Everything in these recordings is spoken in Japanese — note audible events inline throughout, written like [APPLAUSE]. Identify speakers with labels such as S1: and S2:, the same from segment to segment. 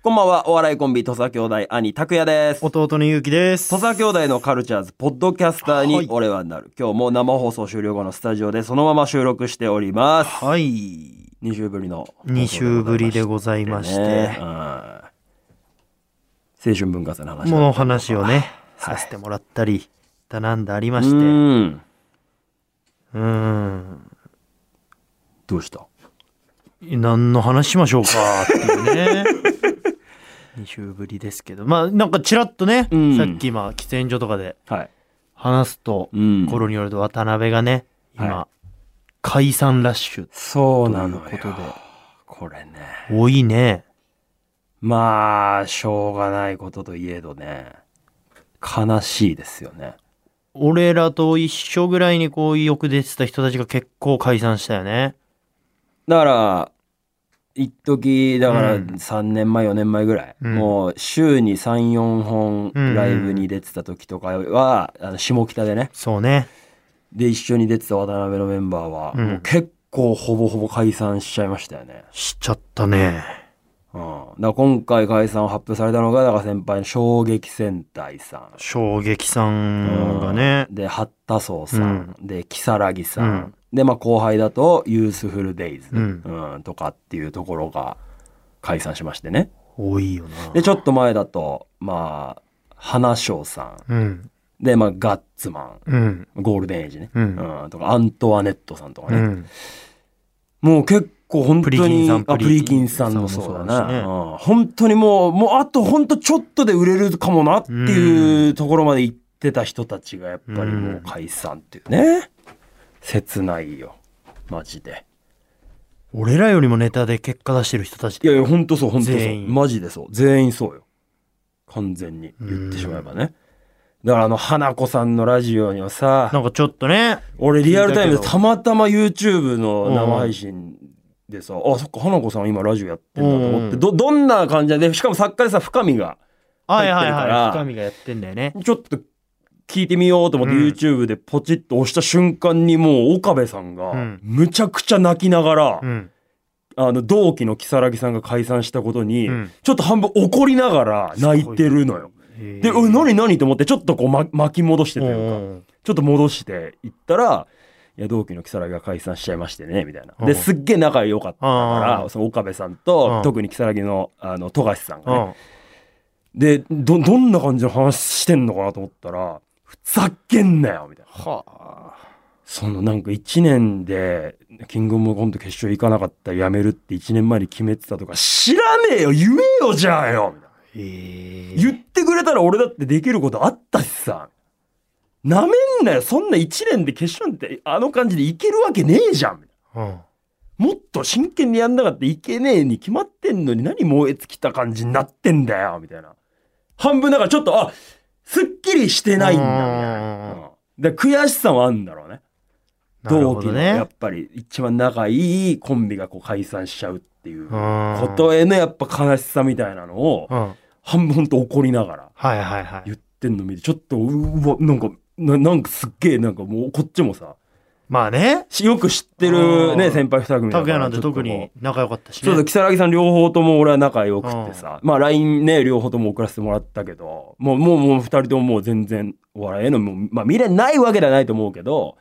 S1: こんばんは、お笑いコンビ、土佐兄弟、兄、拓也です。
S2: 弟のゆうきです。
S1: 土佐兄弟のカルチャーズ、ポッドキャスター
S2: は
S1: に
S2: い
S1: 俺はなる。今日も生放送終了後のスタジオでそのまま収録しております。
S2: はい。
S1: 2週ぶりの。
S2: 2週ぶりでございまして、
S1: ねうん青春文化祭の話。
S2: もの話をね、させてもらったり、だなんだありまして、
S1: う
S2: う
S1: うん。
S2: ーん、
S1: どうした
S2: 何の話しましょうかっていう [LAUGHS] ね。2週ぶりですけど、まあなんかちらっとね、
S1: うん
S2: さっき今、喫煙所とかで
S1: はい。
S2: 話すと、
S1: うん
S2: 頃によると渡辺がね、今、
S1: は
S2: 解散ラッシュ
S1: そう
S2: とい
S1: な
S2: う
S1: の
S2: こ
S1: よ
S2: とで、
S1: これね。
S2: 多いね。
S1: まあ、しょうがないことといえどね。悲しいですよね。
S2: 俺らと一緒ぐらいにこうよく出てた人たちが結構解散したよね。
S1: だから、一時だから
S2: うん
S1: 3年前、4年前ぐらい、
S2: うん
S1: もう週に3、4本
S2: うん
S1: ライブに出てた時とかは、あの下北でね、
S2: そうね。
S1: で、一緒に出てた渡辺のメンバーは、
S2: うん
S1: もう結構ほぼほぼ解散しちゃいましたよね。
S2: しちゃったね。
S1: うん。だから今回解散を発表されたのが、だから先輩の衝撃戦隊さん。
S2: 衝撃さんがね。
S1: で、八田荘さん。で、如月さん。
S2: うん
S1: で、まあ後輩だと、ユースフルデイズ、
S2: うん
S1: うん、とかっていうところが解散しましてね。
S2: 多いよな。
S1: で、ちょっと前だと、まあ、花椒さ
S2: うん。
S1: ん。で、まあ、ガッツマ
S2: うん。
S1: ン。ゴールデンエイジね。
S2: うん
S1: とか、アントワネットさんとか
S2: う
S1: ね。
S2: ん。
S1: もう結構本当
S2: プリキン
S1: に、
S2: さん
S1: あ、プ
S2: プ
S1: リ
S2: リ
S1: キ
S2: キ
S1: ン
S2: ン
S1: さんもそうだな
S2: さんもそうだしね
S1: うん本当にもう、もうあと本当ちょっとで売れるかもなっていうところまで行ってた人たちがやっぱりもう解散っていうね。切ないよ。マジで。
S2: 俺らよりもネタで結果出してる人たち
S1: いやいや、本当そう、本当そう。
S2: 全員
S1: マジでそう。全員そうよ。完全に。言ってしまえばね。だからあの、花子さんのラジオには
S2: な
S1: さ、
S2: んかちょっとね。
S1: 俺リアルタイムで
S2: 聞いたけど
S1: たまたま YouTube の生配信でさ、あ、そっか、花子さん今ラジオやってんだと思って、
S2: うん
S1: ど、どんな感じで、しかも作家でさ、深みが、
S2: はい
S1: 入っ
S2: はい
S1: てるから
S2: はい。深みがやってんだよね。
S1: ちょっと聞いてみようと思って
S2: うん
S1: YouTube でポチッと押した瞬間にもう岡部さんが
S2: うん、
S1: むちゃくちゃ泣きながら、
S2: うん。
S1: あの、同期の如月さんが解散したことに、
S2: うん
S1: ちょっと半分怒りながら泣いてるのよ。で、おい、何何と思って、ちょっとこう、ま、巻き戻してというか、
S2: うん
S1: ちょっと戻していったら、いや、同期の如月が解散しちゃいましてね、みたいな。
S2: う
S1: で、
S2: ん
S1: すっげえ仲良かったか
S2: う
S1: ら、
S2: ん
S1: その岡部さん
S2: う
S1: と
S2: ん、
S1: 特に如月の、あの、富樫さん
S2: う
S1: がね。
S2: ん。
S1: で、ど、どんな感じの話してんのかなと思ったら、ふざけんなよみたいな。
S2: はあ。
S1: そのなんか1年で、キングオブコント決勝行かなかったら辞めるって1年前に決めてたとか、知らねえよ言えよじゃあよみたいな。
S2: へえ。
S1: 言ってくれたら俺だってできることあったしさ。なめんなよ。そんな1年で決勝なんてあの感じでいけるわけねえじゃん。
S2: うん。
S1: もっと真剣にやんなかったらいけねえに決まってんのに何燃え尽きた感じになってんだよ。みたいな。半分だからちょっと、あ、すっきりしてないんだ。みたいな
S2: う
S1: うんで悔しさはあんだろうね。
S2: なる
S1: 同
S2: ほ
S1: 期
S2: ど
S1: のや
S2: ね
S1: っ。ぱり一番仲いいコンビがこう解散しちゃうっていうこ
S2: こと
S1: へのやっぱ悲しさみたいなのを
S2: うん。はい
S1: 半分ほんと怒りながら
S2: はいはい
S1: 言。ってんの見て、ちょっと、ううわ、なんか、ななんかすっげえ、なんかもうこっちもさ、
S2: まあね。
S1: しよく知って
S2: あ
S1: る
S2: ー
S1: ね、先輩二組だ
S2: 拓
S1: から
S2: 也なんて特。
S1: ちょっと
S2: に
S1: こう
S2: 仲良かったし
S1: そうそう、
S2: ね。
S1: 木更木さん両方とも俺は仲良くてさ、まあ LINE ね、両方とも送らせてもらったけど、もう、もう、もう二人とももう全然お笑いへの、もうまあ未練ないわけではないと思うけど、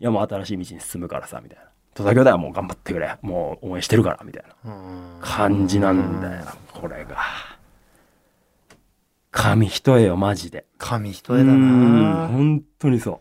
S1: いやもう新しい道に進むからさ、みたいな。戸田兄弟はもう頑張ってくれ。もう応援してるから、みたいな
S2: うん
S1: 感じなんだよ、これが。紙一重よ、マジで。
S2: 紙一
S1: う
S2: 重だ
S1: ん
S2: な
S1: 本当にそう。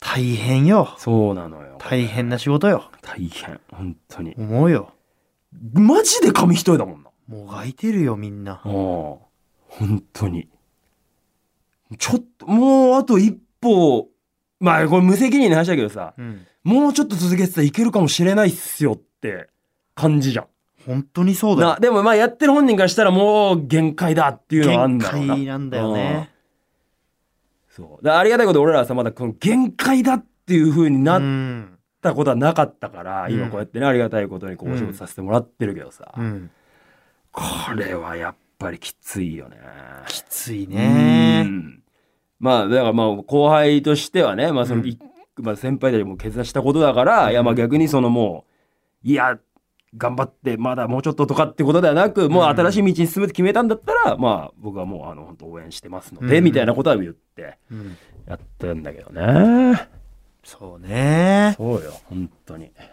S2: 大変よ
S1: そうなのよ。
S2: 大変な仕事よ
S1: 大変。本当に。
S2: 思うよ
S1: マジで紙一重だもんな。
S2: もがいてるよみんな
S1: うん。本当に。ちょっと、もうあと一歩、まあこれ無責任な話だけどさ、
S2: うん
S1: もうちょっと続けてたらいけるかもしれないっすよって感じじゃん。
S2: 本当にそうだよ
S1: な、でもまあやってる本人からしたらもう限界だっていうのはあん
S2: 限
S1: だろうな。
S2: 界なんだよ
S1: うん
S2: ね
S1: そう。だからありがたいこと俺らはさ、まだこの限界だっていう風にな
S2: う
S1: っ
S2: ん
S1: たことはなかったから、
S2: うん
S1: 今こうやってね、ありがたいことにこうお仕事させてもらってるけどさ、
S2: うん
S1: これはやっぱりきついよね。
S2: きついうね
S1: んまあ、だからまあ、後輩としてはね、まあその、
S2: うん
S1: いまあ先輩たちも決断したことだから、いやまあ逆にそのもう、いや、頑張ってまだもうちょっととかってことではなくもう新しい道に進むって決めたんだったら、まあ僕はもうあの本当応援してますので、
S2: うん
S1: みたいなことは言って
S2: うん、
S1: やってるんだけどね
S2: そうね
S1: そうよ本当に
S2: だか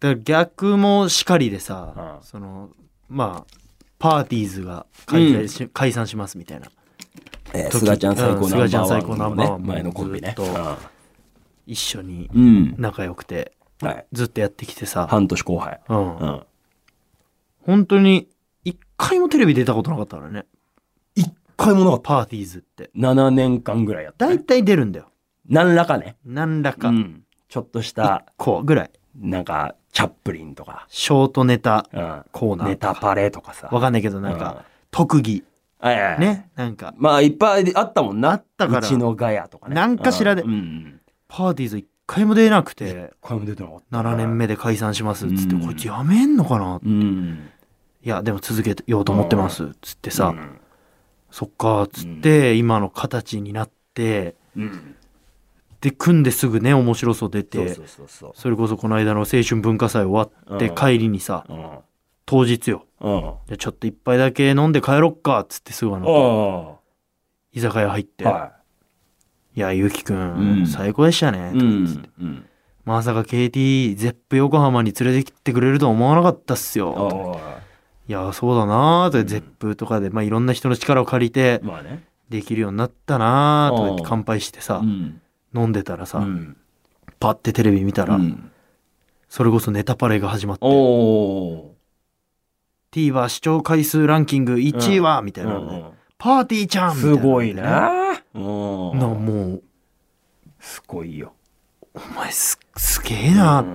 S2: ら逆もしかりでさ、
S1: うん
S2: そのまあパーティーズが解散し,、解散しますみたいな
S1: えー
S2: 時
S1: すがちゃん最
S2: う
S1: 高ナ
S2: ん
S1: ンバ
S2: すがちゃん最高
S1: ー
S2: ナ
S1: ワ
S2: ン
S1: ン
S2: バー
S1: の
S2: ワ
S1: ね
S2: ン
S1: 前のコンビね
S2: ずっと一緒に
S1: うん、
S2: 仲良くて
S1: はい、
S2: ずっとやってきてさ、
S1: 半年後輩
S2: うん
S1: うん
S2: 本当に一回もテレビ出たことなかったからね
S1: 一回もなかった
S2: パーティーズって
S1: 7年間ぐらいやった、
S2: 大
S1: ね、
S2: 体出るんだよ
S1: 何らかね、
S2: 何ら
S1: う
S2: か、
S1: ん、ちょっとした
S2: こうぐらい
S1: なんかチャップリンとか、
S2: ショートネタ
S1: うん、
S2: コーナー
S1: ネ
S2: とか
S1: タパレとかさ
S2: わかんないけどなんか、特技
S1: うんはいはいはい
S2: ねなんか
S1: まあいっぱいあったもんな
S2: あったから
S1: うちのガヤとかね
S2: なんかしらで
S1: うんうん
S2: パーティーズ一回も出なくて
S1: これも出てなかった
S2: 7年目で解散しますっつって、
S1: うん
S2: こいつやめんのかな
S1: うん
S2: いやでも続けようと思ってますっつってさ、
S1: うん
S2: そっかっつって、今の形になって
S1: うん
S2: で組んですぐね面白そう出て
S1: そう
S2: そ
S1: そうそうそ
S2: れこそこの間の青春文化祭終わって
S1: うん
S2: 帰りにさ、
S1: ううん
S2: 当日よ
S1: うん
S2: じゃあちょっと一杯だけ飲んで帰ろっかっつってすぐあの
S1: あ
S2: 居酒屋入って「、
S1: あはい
S2: やゆうきく
S1: うんん
S2: 最高でしたね」
S1: い
S2: と
S1: う
S2: かっつって
S1: んうん
S2: まさか KT ゼップ横浜に連れてきてくれるとは思わなかったっす
S1: あ
S2: よ。
S1: あ
S2: いやそうだなーとか、
S1: うん
S2: ゼップとかで、まあ、いろんな人の力を借りて
S1: まあね
S2: できるようになったなーとか言って
S1: ああ
S2: 乾杯してさ、
S1: ん
S2: 飲んでたらさ、
S1: うん
S2: パッてテレビ見たら、
S1: うん
S2: それこそネタパレが始まって
S1: おお
S2: TVer 視聴回数ランキング1位は、みたいなので、パーティーちゃんみたい
S1: す
S2: な
S1: ごいね
S2: な
S1: うん
S2: もう
S1: すごいよ
S2: お前すすげえな、
S1: うん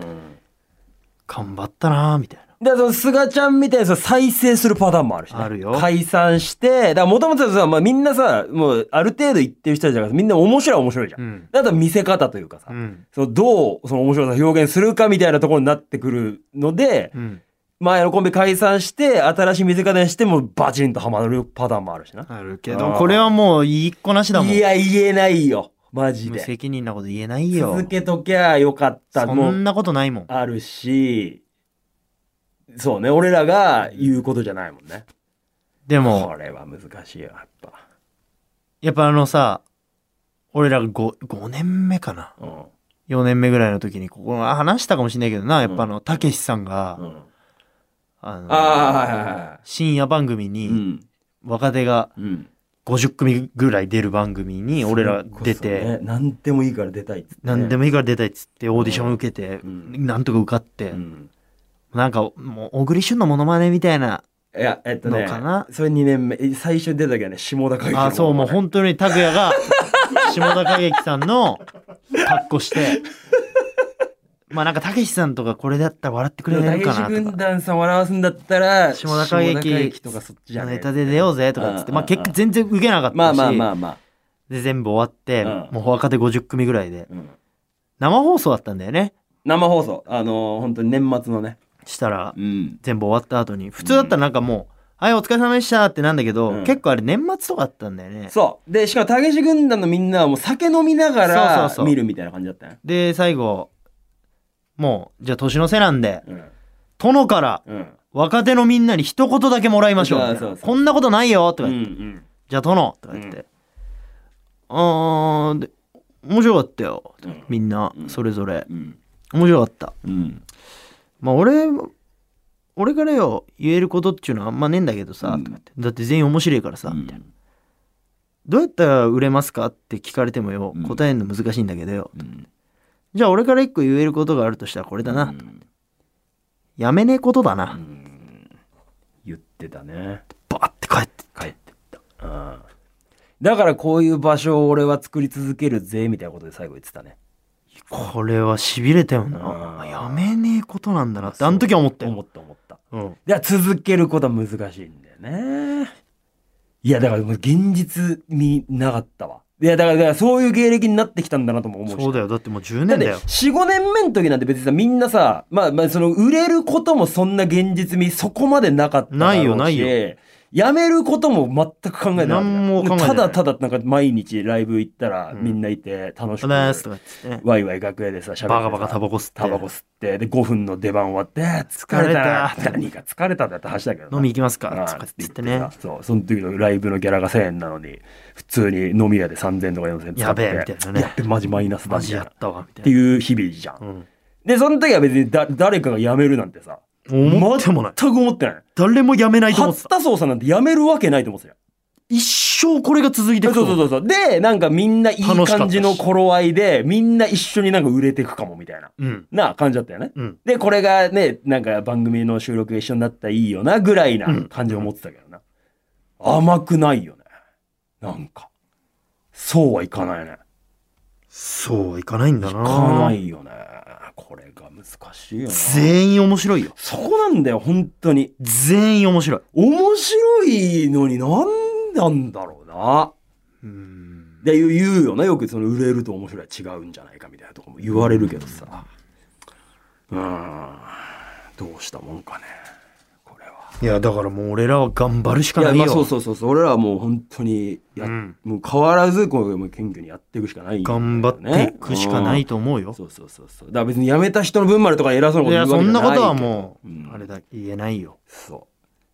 S2: 頑張ったなみたいな
S1: で、その、菅ちゃんみたいにさ、再生するパターンもあるしね。
S2: あるよ
S1: 解散して、だからもともとさ、まあみんなさ、もう、ある程度言ってる人たちだから、みんな面白いは面白いじゃん。
S2: ん、
S1: だと見せ方というかさ、
S2: うん
S1: そのどう、その面白さを表現するかみたいなところになってくるので、
S2: うん、
S1: 前のコンビ解散して、新しい見せ方にしても、バチンとハマるパターンもあるしな。
S2: あるけど
S1: あー
S2: これはもう言いっこなしだもん
S1: いや、言えないよ。マジ
S2: 無
S1: で。
S2: 責任なこと言えないよ
S1: 続けときゃよかった。
S2: そ
S1: もうん
S2: なことないもん
S1: あるし、そうね、俺らが言うことじゃないもんね。
S2: で
S1: こ
S2: も
S1: れは難しいよ、やっぱ。
S2: やっぱあのさ俺らが 5, 5年目かな
S1: うん。
S2: 4年目ぐらいの時にここあ話したかもしれないけどなやっぱあのたけしさんが、
S1: うん、
S2: あの
S1: ああ、はいはいは
S2: 深夜番組
S1: い。
S2: に
S1: ん。
S2: 若手が
S1: うん。
S2: 50組ぐらい出る番組に俺ら出
S1: それこそ
S2: て
S1: ね。何でもいいから出たいっつって。
S2: 何でもいいから出たいっつってオーディション受けて
S1: うん
S2: なんとか受かって
S1: うん。
S2: なんかもう小栗旬のモノマネみたいない
S1: や、えっとね
S2: のかな、
S1: それ2年目、え最初に出た時はね、下田海
S2: あそうもう
S1: ほん
S2: 本当に拓哉が下田景樹さんの格好してまあなんかたけしさんとかこれだったら笑ってくれるかなと
S1: 軍
S2: か
S1: 団さん笑わすんだったら、
S2: 下田景樹
S1: 下樹とかそっちじゃない
S2: ネタで出ようぜとかっつってまあ結果全然受けなかったし
S1: まあまあまあまあ。
S2: で全部終わって
S1: うん
S2: もう若手50組ぐらいで
S1: うん
S2: 生放送だったんだよね
S1: 生放送、あのー、本当に年末のね。
S2: したら
S1: うん。
S2: 全部終わった後に普通だったらなんかもう「はいお疲れ様でした」ってなんだけど、
S1: うん
S2: 結構あれ年末とかだったんだよね
S1: そう。で、しかも、たけし軍団のみんなはもう酒飲みなが
S2: そう
S1: ら
S2: そうそう
S1: 見るみたいな感じだったね。
S2: で最後もうじゃあ年の瀬なんで
S1: うん。
S2: 殿から
S1: うん。
S2: 若手のみんなに一言だけもらいましょうみたいな
S1: そうそうそう
S2: こんなことないよ」と
S1: うん
S2: か
S1: う
S2: 言って
S1: ん。
S2: 「じゃあ殿」とか言って「あーで面白かったよ
S1: うん」
S2: みんな
S1: うん
S2: それぞれ
S1: うん。
S2: 面白かった
S1: うん。
S2: まあ俺俺からよ言えることっていうのはあんまねえんだけどさ、
S1: うん
S2: とかってだって全員面白いからさ、
S1: う
S2: み
S1: ん
S2: たいな。どうやったら売れますかって聞かれてもよ、
S1: うん
S2: 答えるの難しいんだけどよ。
S1: うん
S2: じゃあ俺から一個言えることがあるとしたらこれだな。
S1: うん
S2: やめねえことだな。
S1: 言ってたね。
S2: バーって帰って。
S1: 帰ってった。うん。だからこういう場所を俺は作り続けるぜ、みたいなことで最後言ってたね。
S2: これは痺れたよ
S1: うん
S2: な。やめねえことなんだなって、あの時は思った
S1: 思
S2: よ。
S1: った思った。
S2: うん。
S1: だから続けることは難しいんだよね。いや、だからもう現実になかったわ。いや、だから、だからそういう芸歴になってきたんだなとも思うし。
S2: そうだよ。だってもう10
S1: だっ
S2: 年だ
S1: て
S2: よ。
S1: 4、5年目の時なんて別にさ、みんなさ、まあ、まあ、その、売れることもそんな現実味そこまでなかっただろうし
S2: ないよないよ。
S1: やめることも全く考えてなかった
S2: 何も考えてない
S1: ただただなんか毎日ライブ行ったら
S2: うん
S1: みんないて楽しく、
S2: おだすとか言ってね。
S1: ワイワイ楽屋でさ喋ってさ
S2: バカバカタバコ吸って。
S1: タバコ吸ってで5分の出番終わって疲れた
S2: 疲れた
S1: 何が疲れたんだって話だけどな
S2: 飲み行きますか
S1: あ
S2: と
S1: あ
S2: か言ってね。
S1: さそうその時のライブのギャラが1000円なのに普通に飲み屋で3000とか4000使
S2: や
S1: って
S2: べえ、みたいな
S1: や
S2: ね
S1: っ。べマジマイナスだ
S2: マ
S1: み
S2: ジ
S1: たい
S2: や
S1: なっ
S2: ったわ、みた
S1: て
S2: いな。
S1: いう日々じゃん
S2: うん。
S1: でその時は別にだ誰かが辞めるなんてさ
S2: 思ってもない。
S1: 全く思ってない
S2: 誰もやめないと思って
S1: 八
S2: た。
S1: 田荘さんなんて辞めるわけないと思ってたよ
S2: 一生これが続いてい
S1: そう
S2: く
S1: そう
S2: と思う。
S1: そうそうでなんかみんないい
S2: 楽しかったし
S1: 感じの頃合いでみんな一緒になんか売れていくかもみたいな
S2: うん。
S1: な感じだったよね
S2: うん。
S1: で、これがね、なんか番組の収録が一緒になったらいいよな、ぐらいな
S2: うん
S1: 感じを持ってたけどな。甘くないよね。なんか。そうはいかないね。
S2: そうはいかないんだ
S1: い
S2: な。
S1: かないよね。これが難しいよな。
S2: 全員面白いよ。
S1: そこなんだよ、本当に。
S2: 全員面白い。
S1: 面白いのになんなんだろうな。
S2: うん。
S1: で、言う言うよな。よくその売れると面白いは違うんじゃないかみたいなとこも言われるけどさ。うーん。どうしたもんかね。これは。
S2: いや、だからもう俺らは頑張るしか
S1: い
S2: な
S1: や
S2: いよ。
S1: まあそうそうそうそう俺らはもう本当にや、
S2: うん
S1: もう変わらずこうもう謙虚にやっていくしかないんだよね、
S2: 頑張っていくしかないと思う
S1: うん
S2: よ。
S1: そうそうそうそうだから別に辞めた人の分までとか偉そう
S2: い
S1: なこと言
S2: や、
S1: うわ
S2: そ
S1: けじゃ
S2: ん
S1: な
S2: ないことはも
S1: うん
S2: う、あれだ、言えないよ。
S1: そう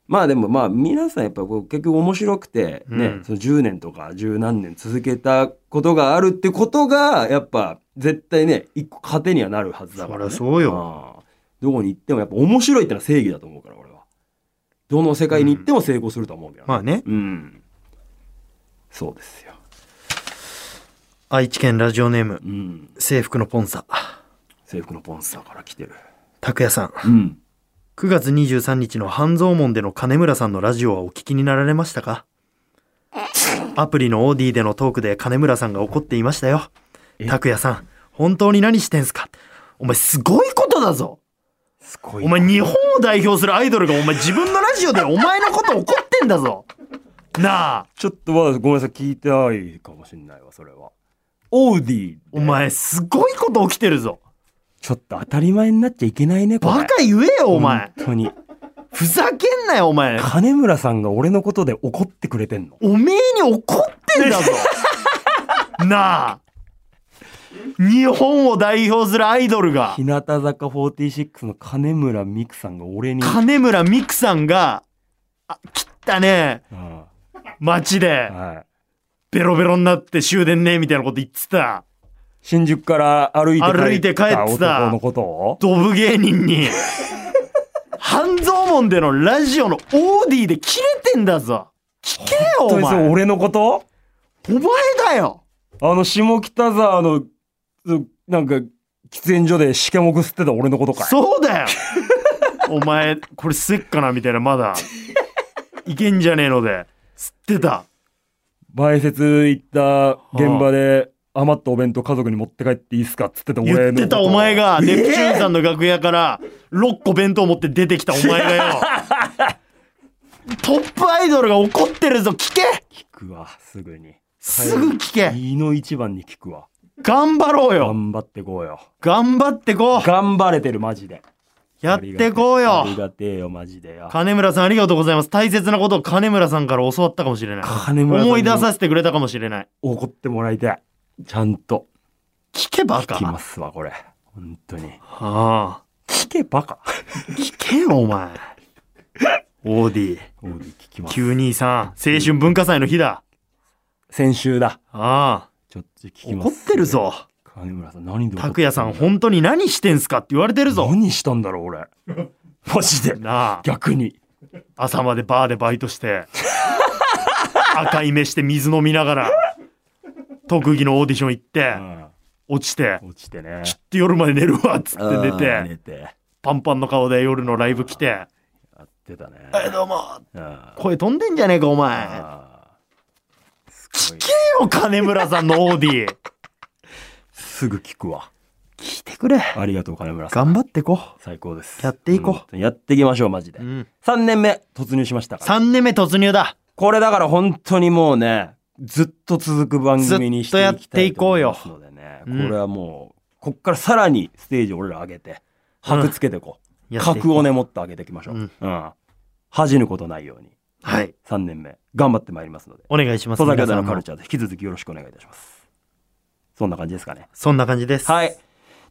S1: まあでもまあ皆さんやっぱこう結局面白くてね、
S2: うん
S1: その10年とか十何年続けたことがあるってことがやっぱ絶対ね一個糧にはなるはずだ
S2: そ
S1: か
S2: り
S1: ら、
S2: ゃ
S1: ね、
S2: そうよ。
S1: ああどこに行ってもやっぱ面白いってのは正義だと思うから俺はどの世界に行っても成功するとは思うけどね、
S2: まあね、
S1: うん。そうですよ。
S2: 愛知県ラジオネーム
S1: う、ん。
S2: 制服のポンサ、
S1: 制服のポンスターから来てる。
S2: 拓也さん。
S1: うん。
S2: 9月23日の半蔵門での金村さんのラジオはお聞きになられましたかアプリのオーディでのトークで金村さんが怒っていましたよ
S1: え。
S2: 拓也さん、本当に何してんすかお前すごいことだぞ
S1: すごい。
S2: お前、日本を代表するアイドルがお前自分のラジオでお前のこと怒ってんだぞなあ
S1: ちょっとまだごめんなさい、聞いてないかもしんないわ、それは。オーディで
S2: お。前すごいこと起きてるぞ
S1: ちょっと当たり前になっちゃいけないね、これ
S2: バカ言えよお前
S1: 本当に。
S2: ふざけんなよお前
S1: 金村さんが俺のことで怒ってくれてんの。
S2: おめえに怒ってんだ
S1: [LAUGHS]
S2: ぞなあ日本を代表するアイドルが
S1: 日向坂46の金村美久さんが俺に。
S2: 金村美久さんがあ切ったね
S1: うん
S2: 街で
S1: はい。
S2: ベロベロになって終電ねみたいなこと言ってた
S1: 新宿から歩いて
S2: 歩いて帰ってた
S1: 男のことを
S2: ドブ芸人に
S1: [LAUGHS]
S2: 半蔵門でのラジオのオーディで切れてんだぞ聞けよ
S1: 本
S2: お
S1: 当にそれ
S2: 前
S1: 俺のこと
S2: お前だよ
S1: あの、下北沢の、うなんか、喫煙所でシケモク吸ってた俺のことかい。
S2: そうだよ [LAUGHS] お前これ吸えっかなみたいなまだいけんじゃねえので吸ってた
S1: 前説行った現場で、余ったお弁当家族に持って帰っていいっすかっつってた俺の
S2: 言っ
S1: こと
S2: てたお前が
S1: え
S2: ネ
S1: ー
S2: プチューンさんの楽屋から6個弁当持って出てきたお前が
S1: [LAUGHS]
S2: よトップアイドルが怒ってるぞ聞け
S1: 聞くわ、すぐに。
S2: すぐ聞け
S1: 胃の一番に聞くわ。
S2: 頑張ろうよ
S1: 頑張ってこうよ。
S2: 頑張ってこう
S1: 頑張れてる、マジで。
S2: やってこう
S1: あり
S2: よ
S1: がてえよ、マジでよ。
S2: 金村さんありがとうございます大切なことを金村さんから教わったかもしれない
S1: 金村さんに
S2: 思い出させてくれたかもしれない
S1: 怒ってもらいたい。ちゃんと。
S2: 聞けばか
S1: 聞きますわ、これ。本当に。
S2: ああ
S1: 聞けばか。
S2: 聞けよお前オ
S1: オー
S2: ーデ
S1: ディ聞きます。
S2: ィ923青春文化祭の日だ
S1: 先週だ。
S2: ああ
S1: ちょっと聞きます。
S2: 怒ってる。ぞ
S1: 金村さん何で怒っ
S2: 拓也さん本当に何してんすかって言われてるぞ
S1: 何したんだろう
S2: [LAUGHS]
S1: 俺マジで
S2: なあ
S1: 逆に
S2: 朝までバーでバイトして [LAUGHS] 赤い目して水飲みながら特技のオーディション行って落ちて
S1: 落ちてね
S2: ちょっと夜まで寝るわっつって寝
S1: うん
S2: て
S1: 寝て
S2: パンパンの顔で夜のライブ来て
S1: やってたね
S2: 「えどうも
S1: うん
S2: 声飛んでんじゃねえかお前」
S1: あーす
S2: 聞
S1: ごい
S2: けよ金村さんのオーディ
S1: すぐ聞くわ
S2: [LAUGHS] 聞いてくれ
S1: ありがとう金村さん
S2: 頑張ってこ
S1: 最高です
S2: やっていこう
S1: 本当にやっていきましょうマジで
S2: う、うん、
S1: 3年目突入しましたから
S2: 3年目突入だ
S1: これだから本当にもうねずっと続く番組にしていきたいと思いますのでね
S2: ずっとやっていこうようん
S1: これはもうこっからさらにステージ俺ら上げて箔つけてこう
S2: やっていこう
S1: 格をねもっと上げていきましょう、う
S2: うんん
S1: 恥じぬことないように
S2: はい。
S1: 3年目頑張ってまいりますので
S2: お願いします。
S1: 登坂でのカ
S2: 皆
S1: ル
S2: さんも
S1: チャーで引き続きよろしくお願いいたしますそんな感じですかね
S2: そんな感じです。
S1: はい。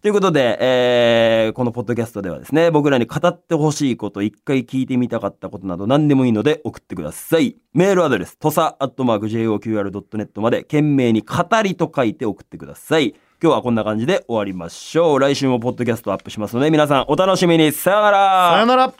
S1: ということで、えーこのポッドキャストではですね、僕らに語ってほしいこと、一回聞いてみたかったことなど何でもいいので送ってください。メールアドレス、とさ、アットマーク、joqr.net まで、懸命に語りと書いて送ってください。今日はこんな感じで終わりましょう。来週もポッドキャストアップしますので、皆さんお楽しみに。さよなら。
S2: さよなら。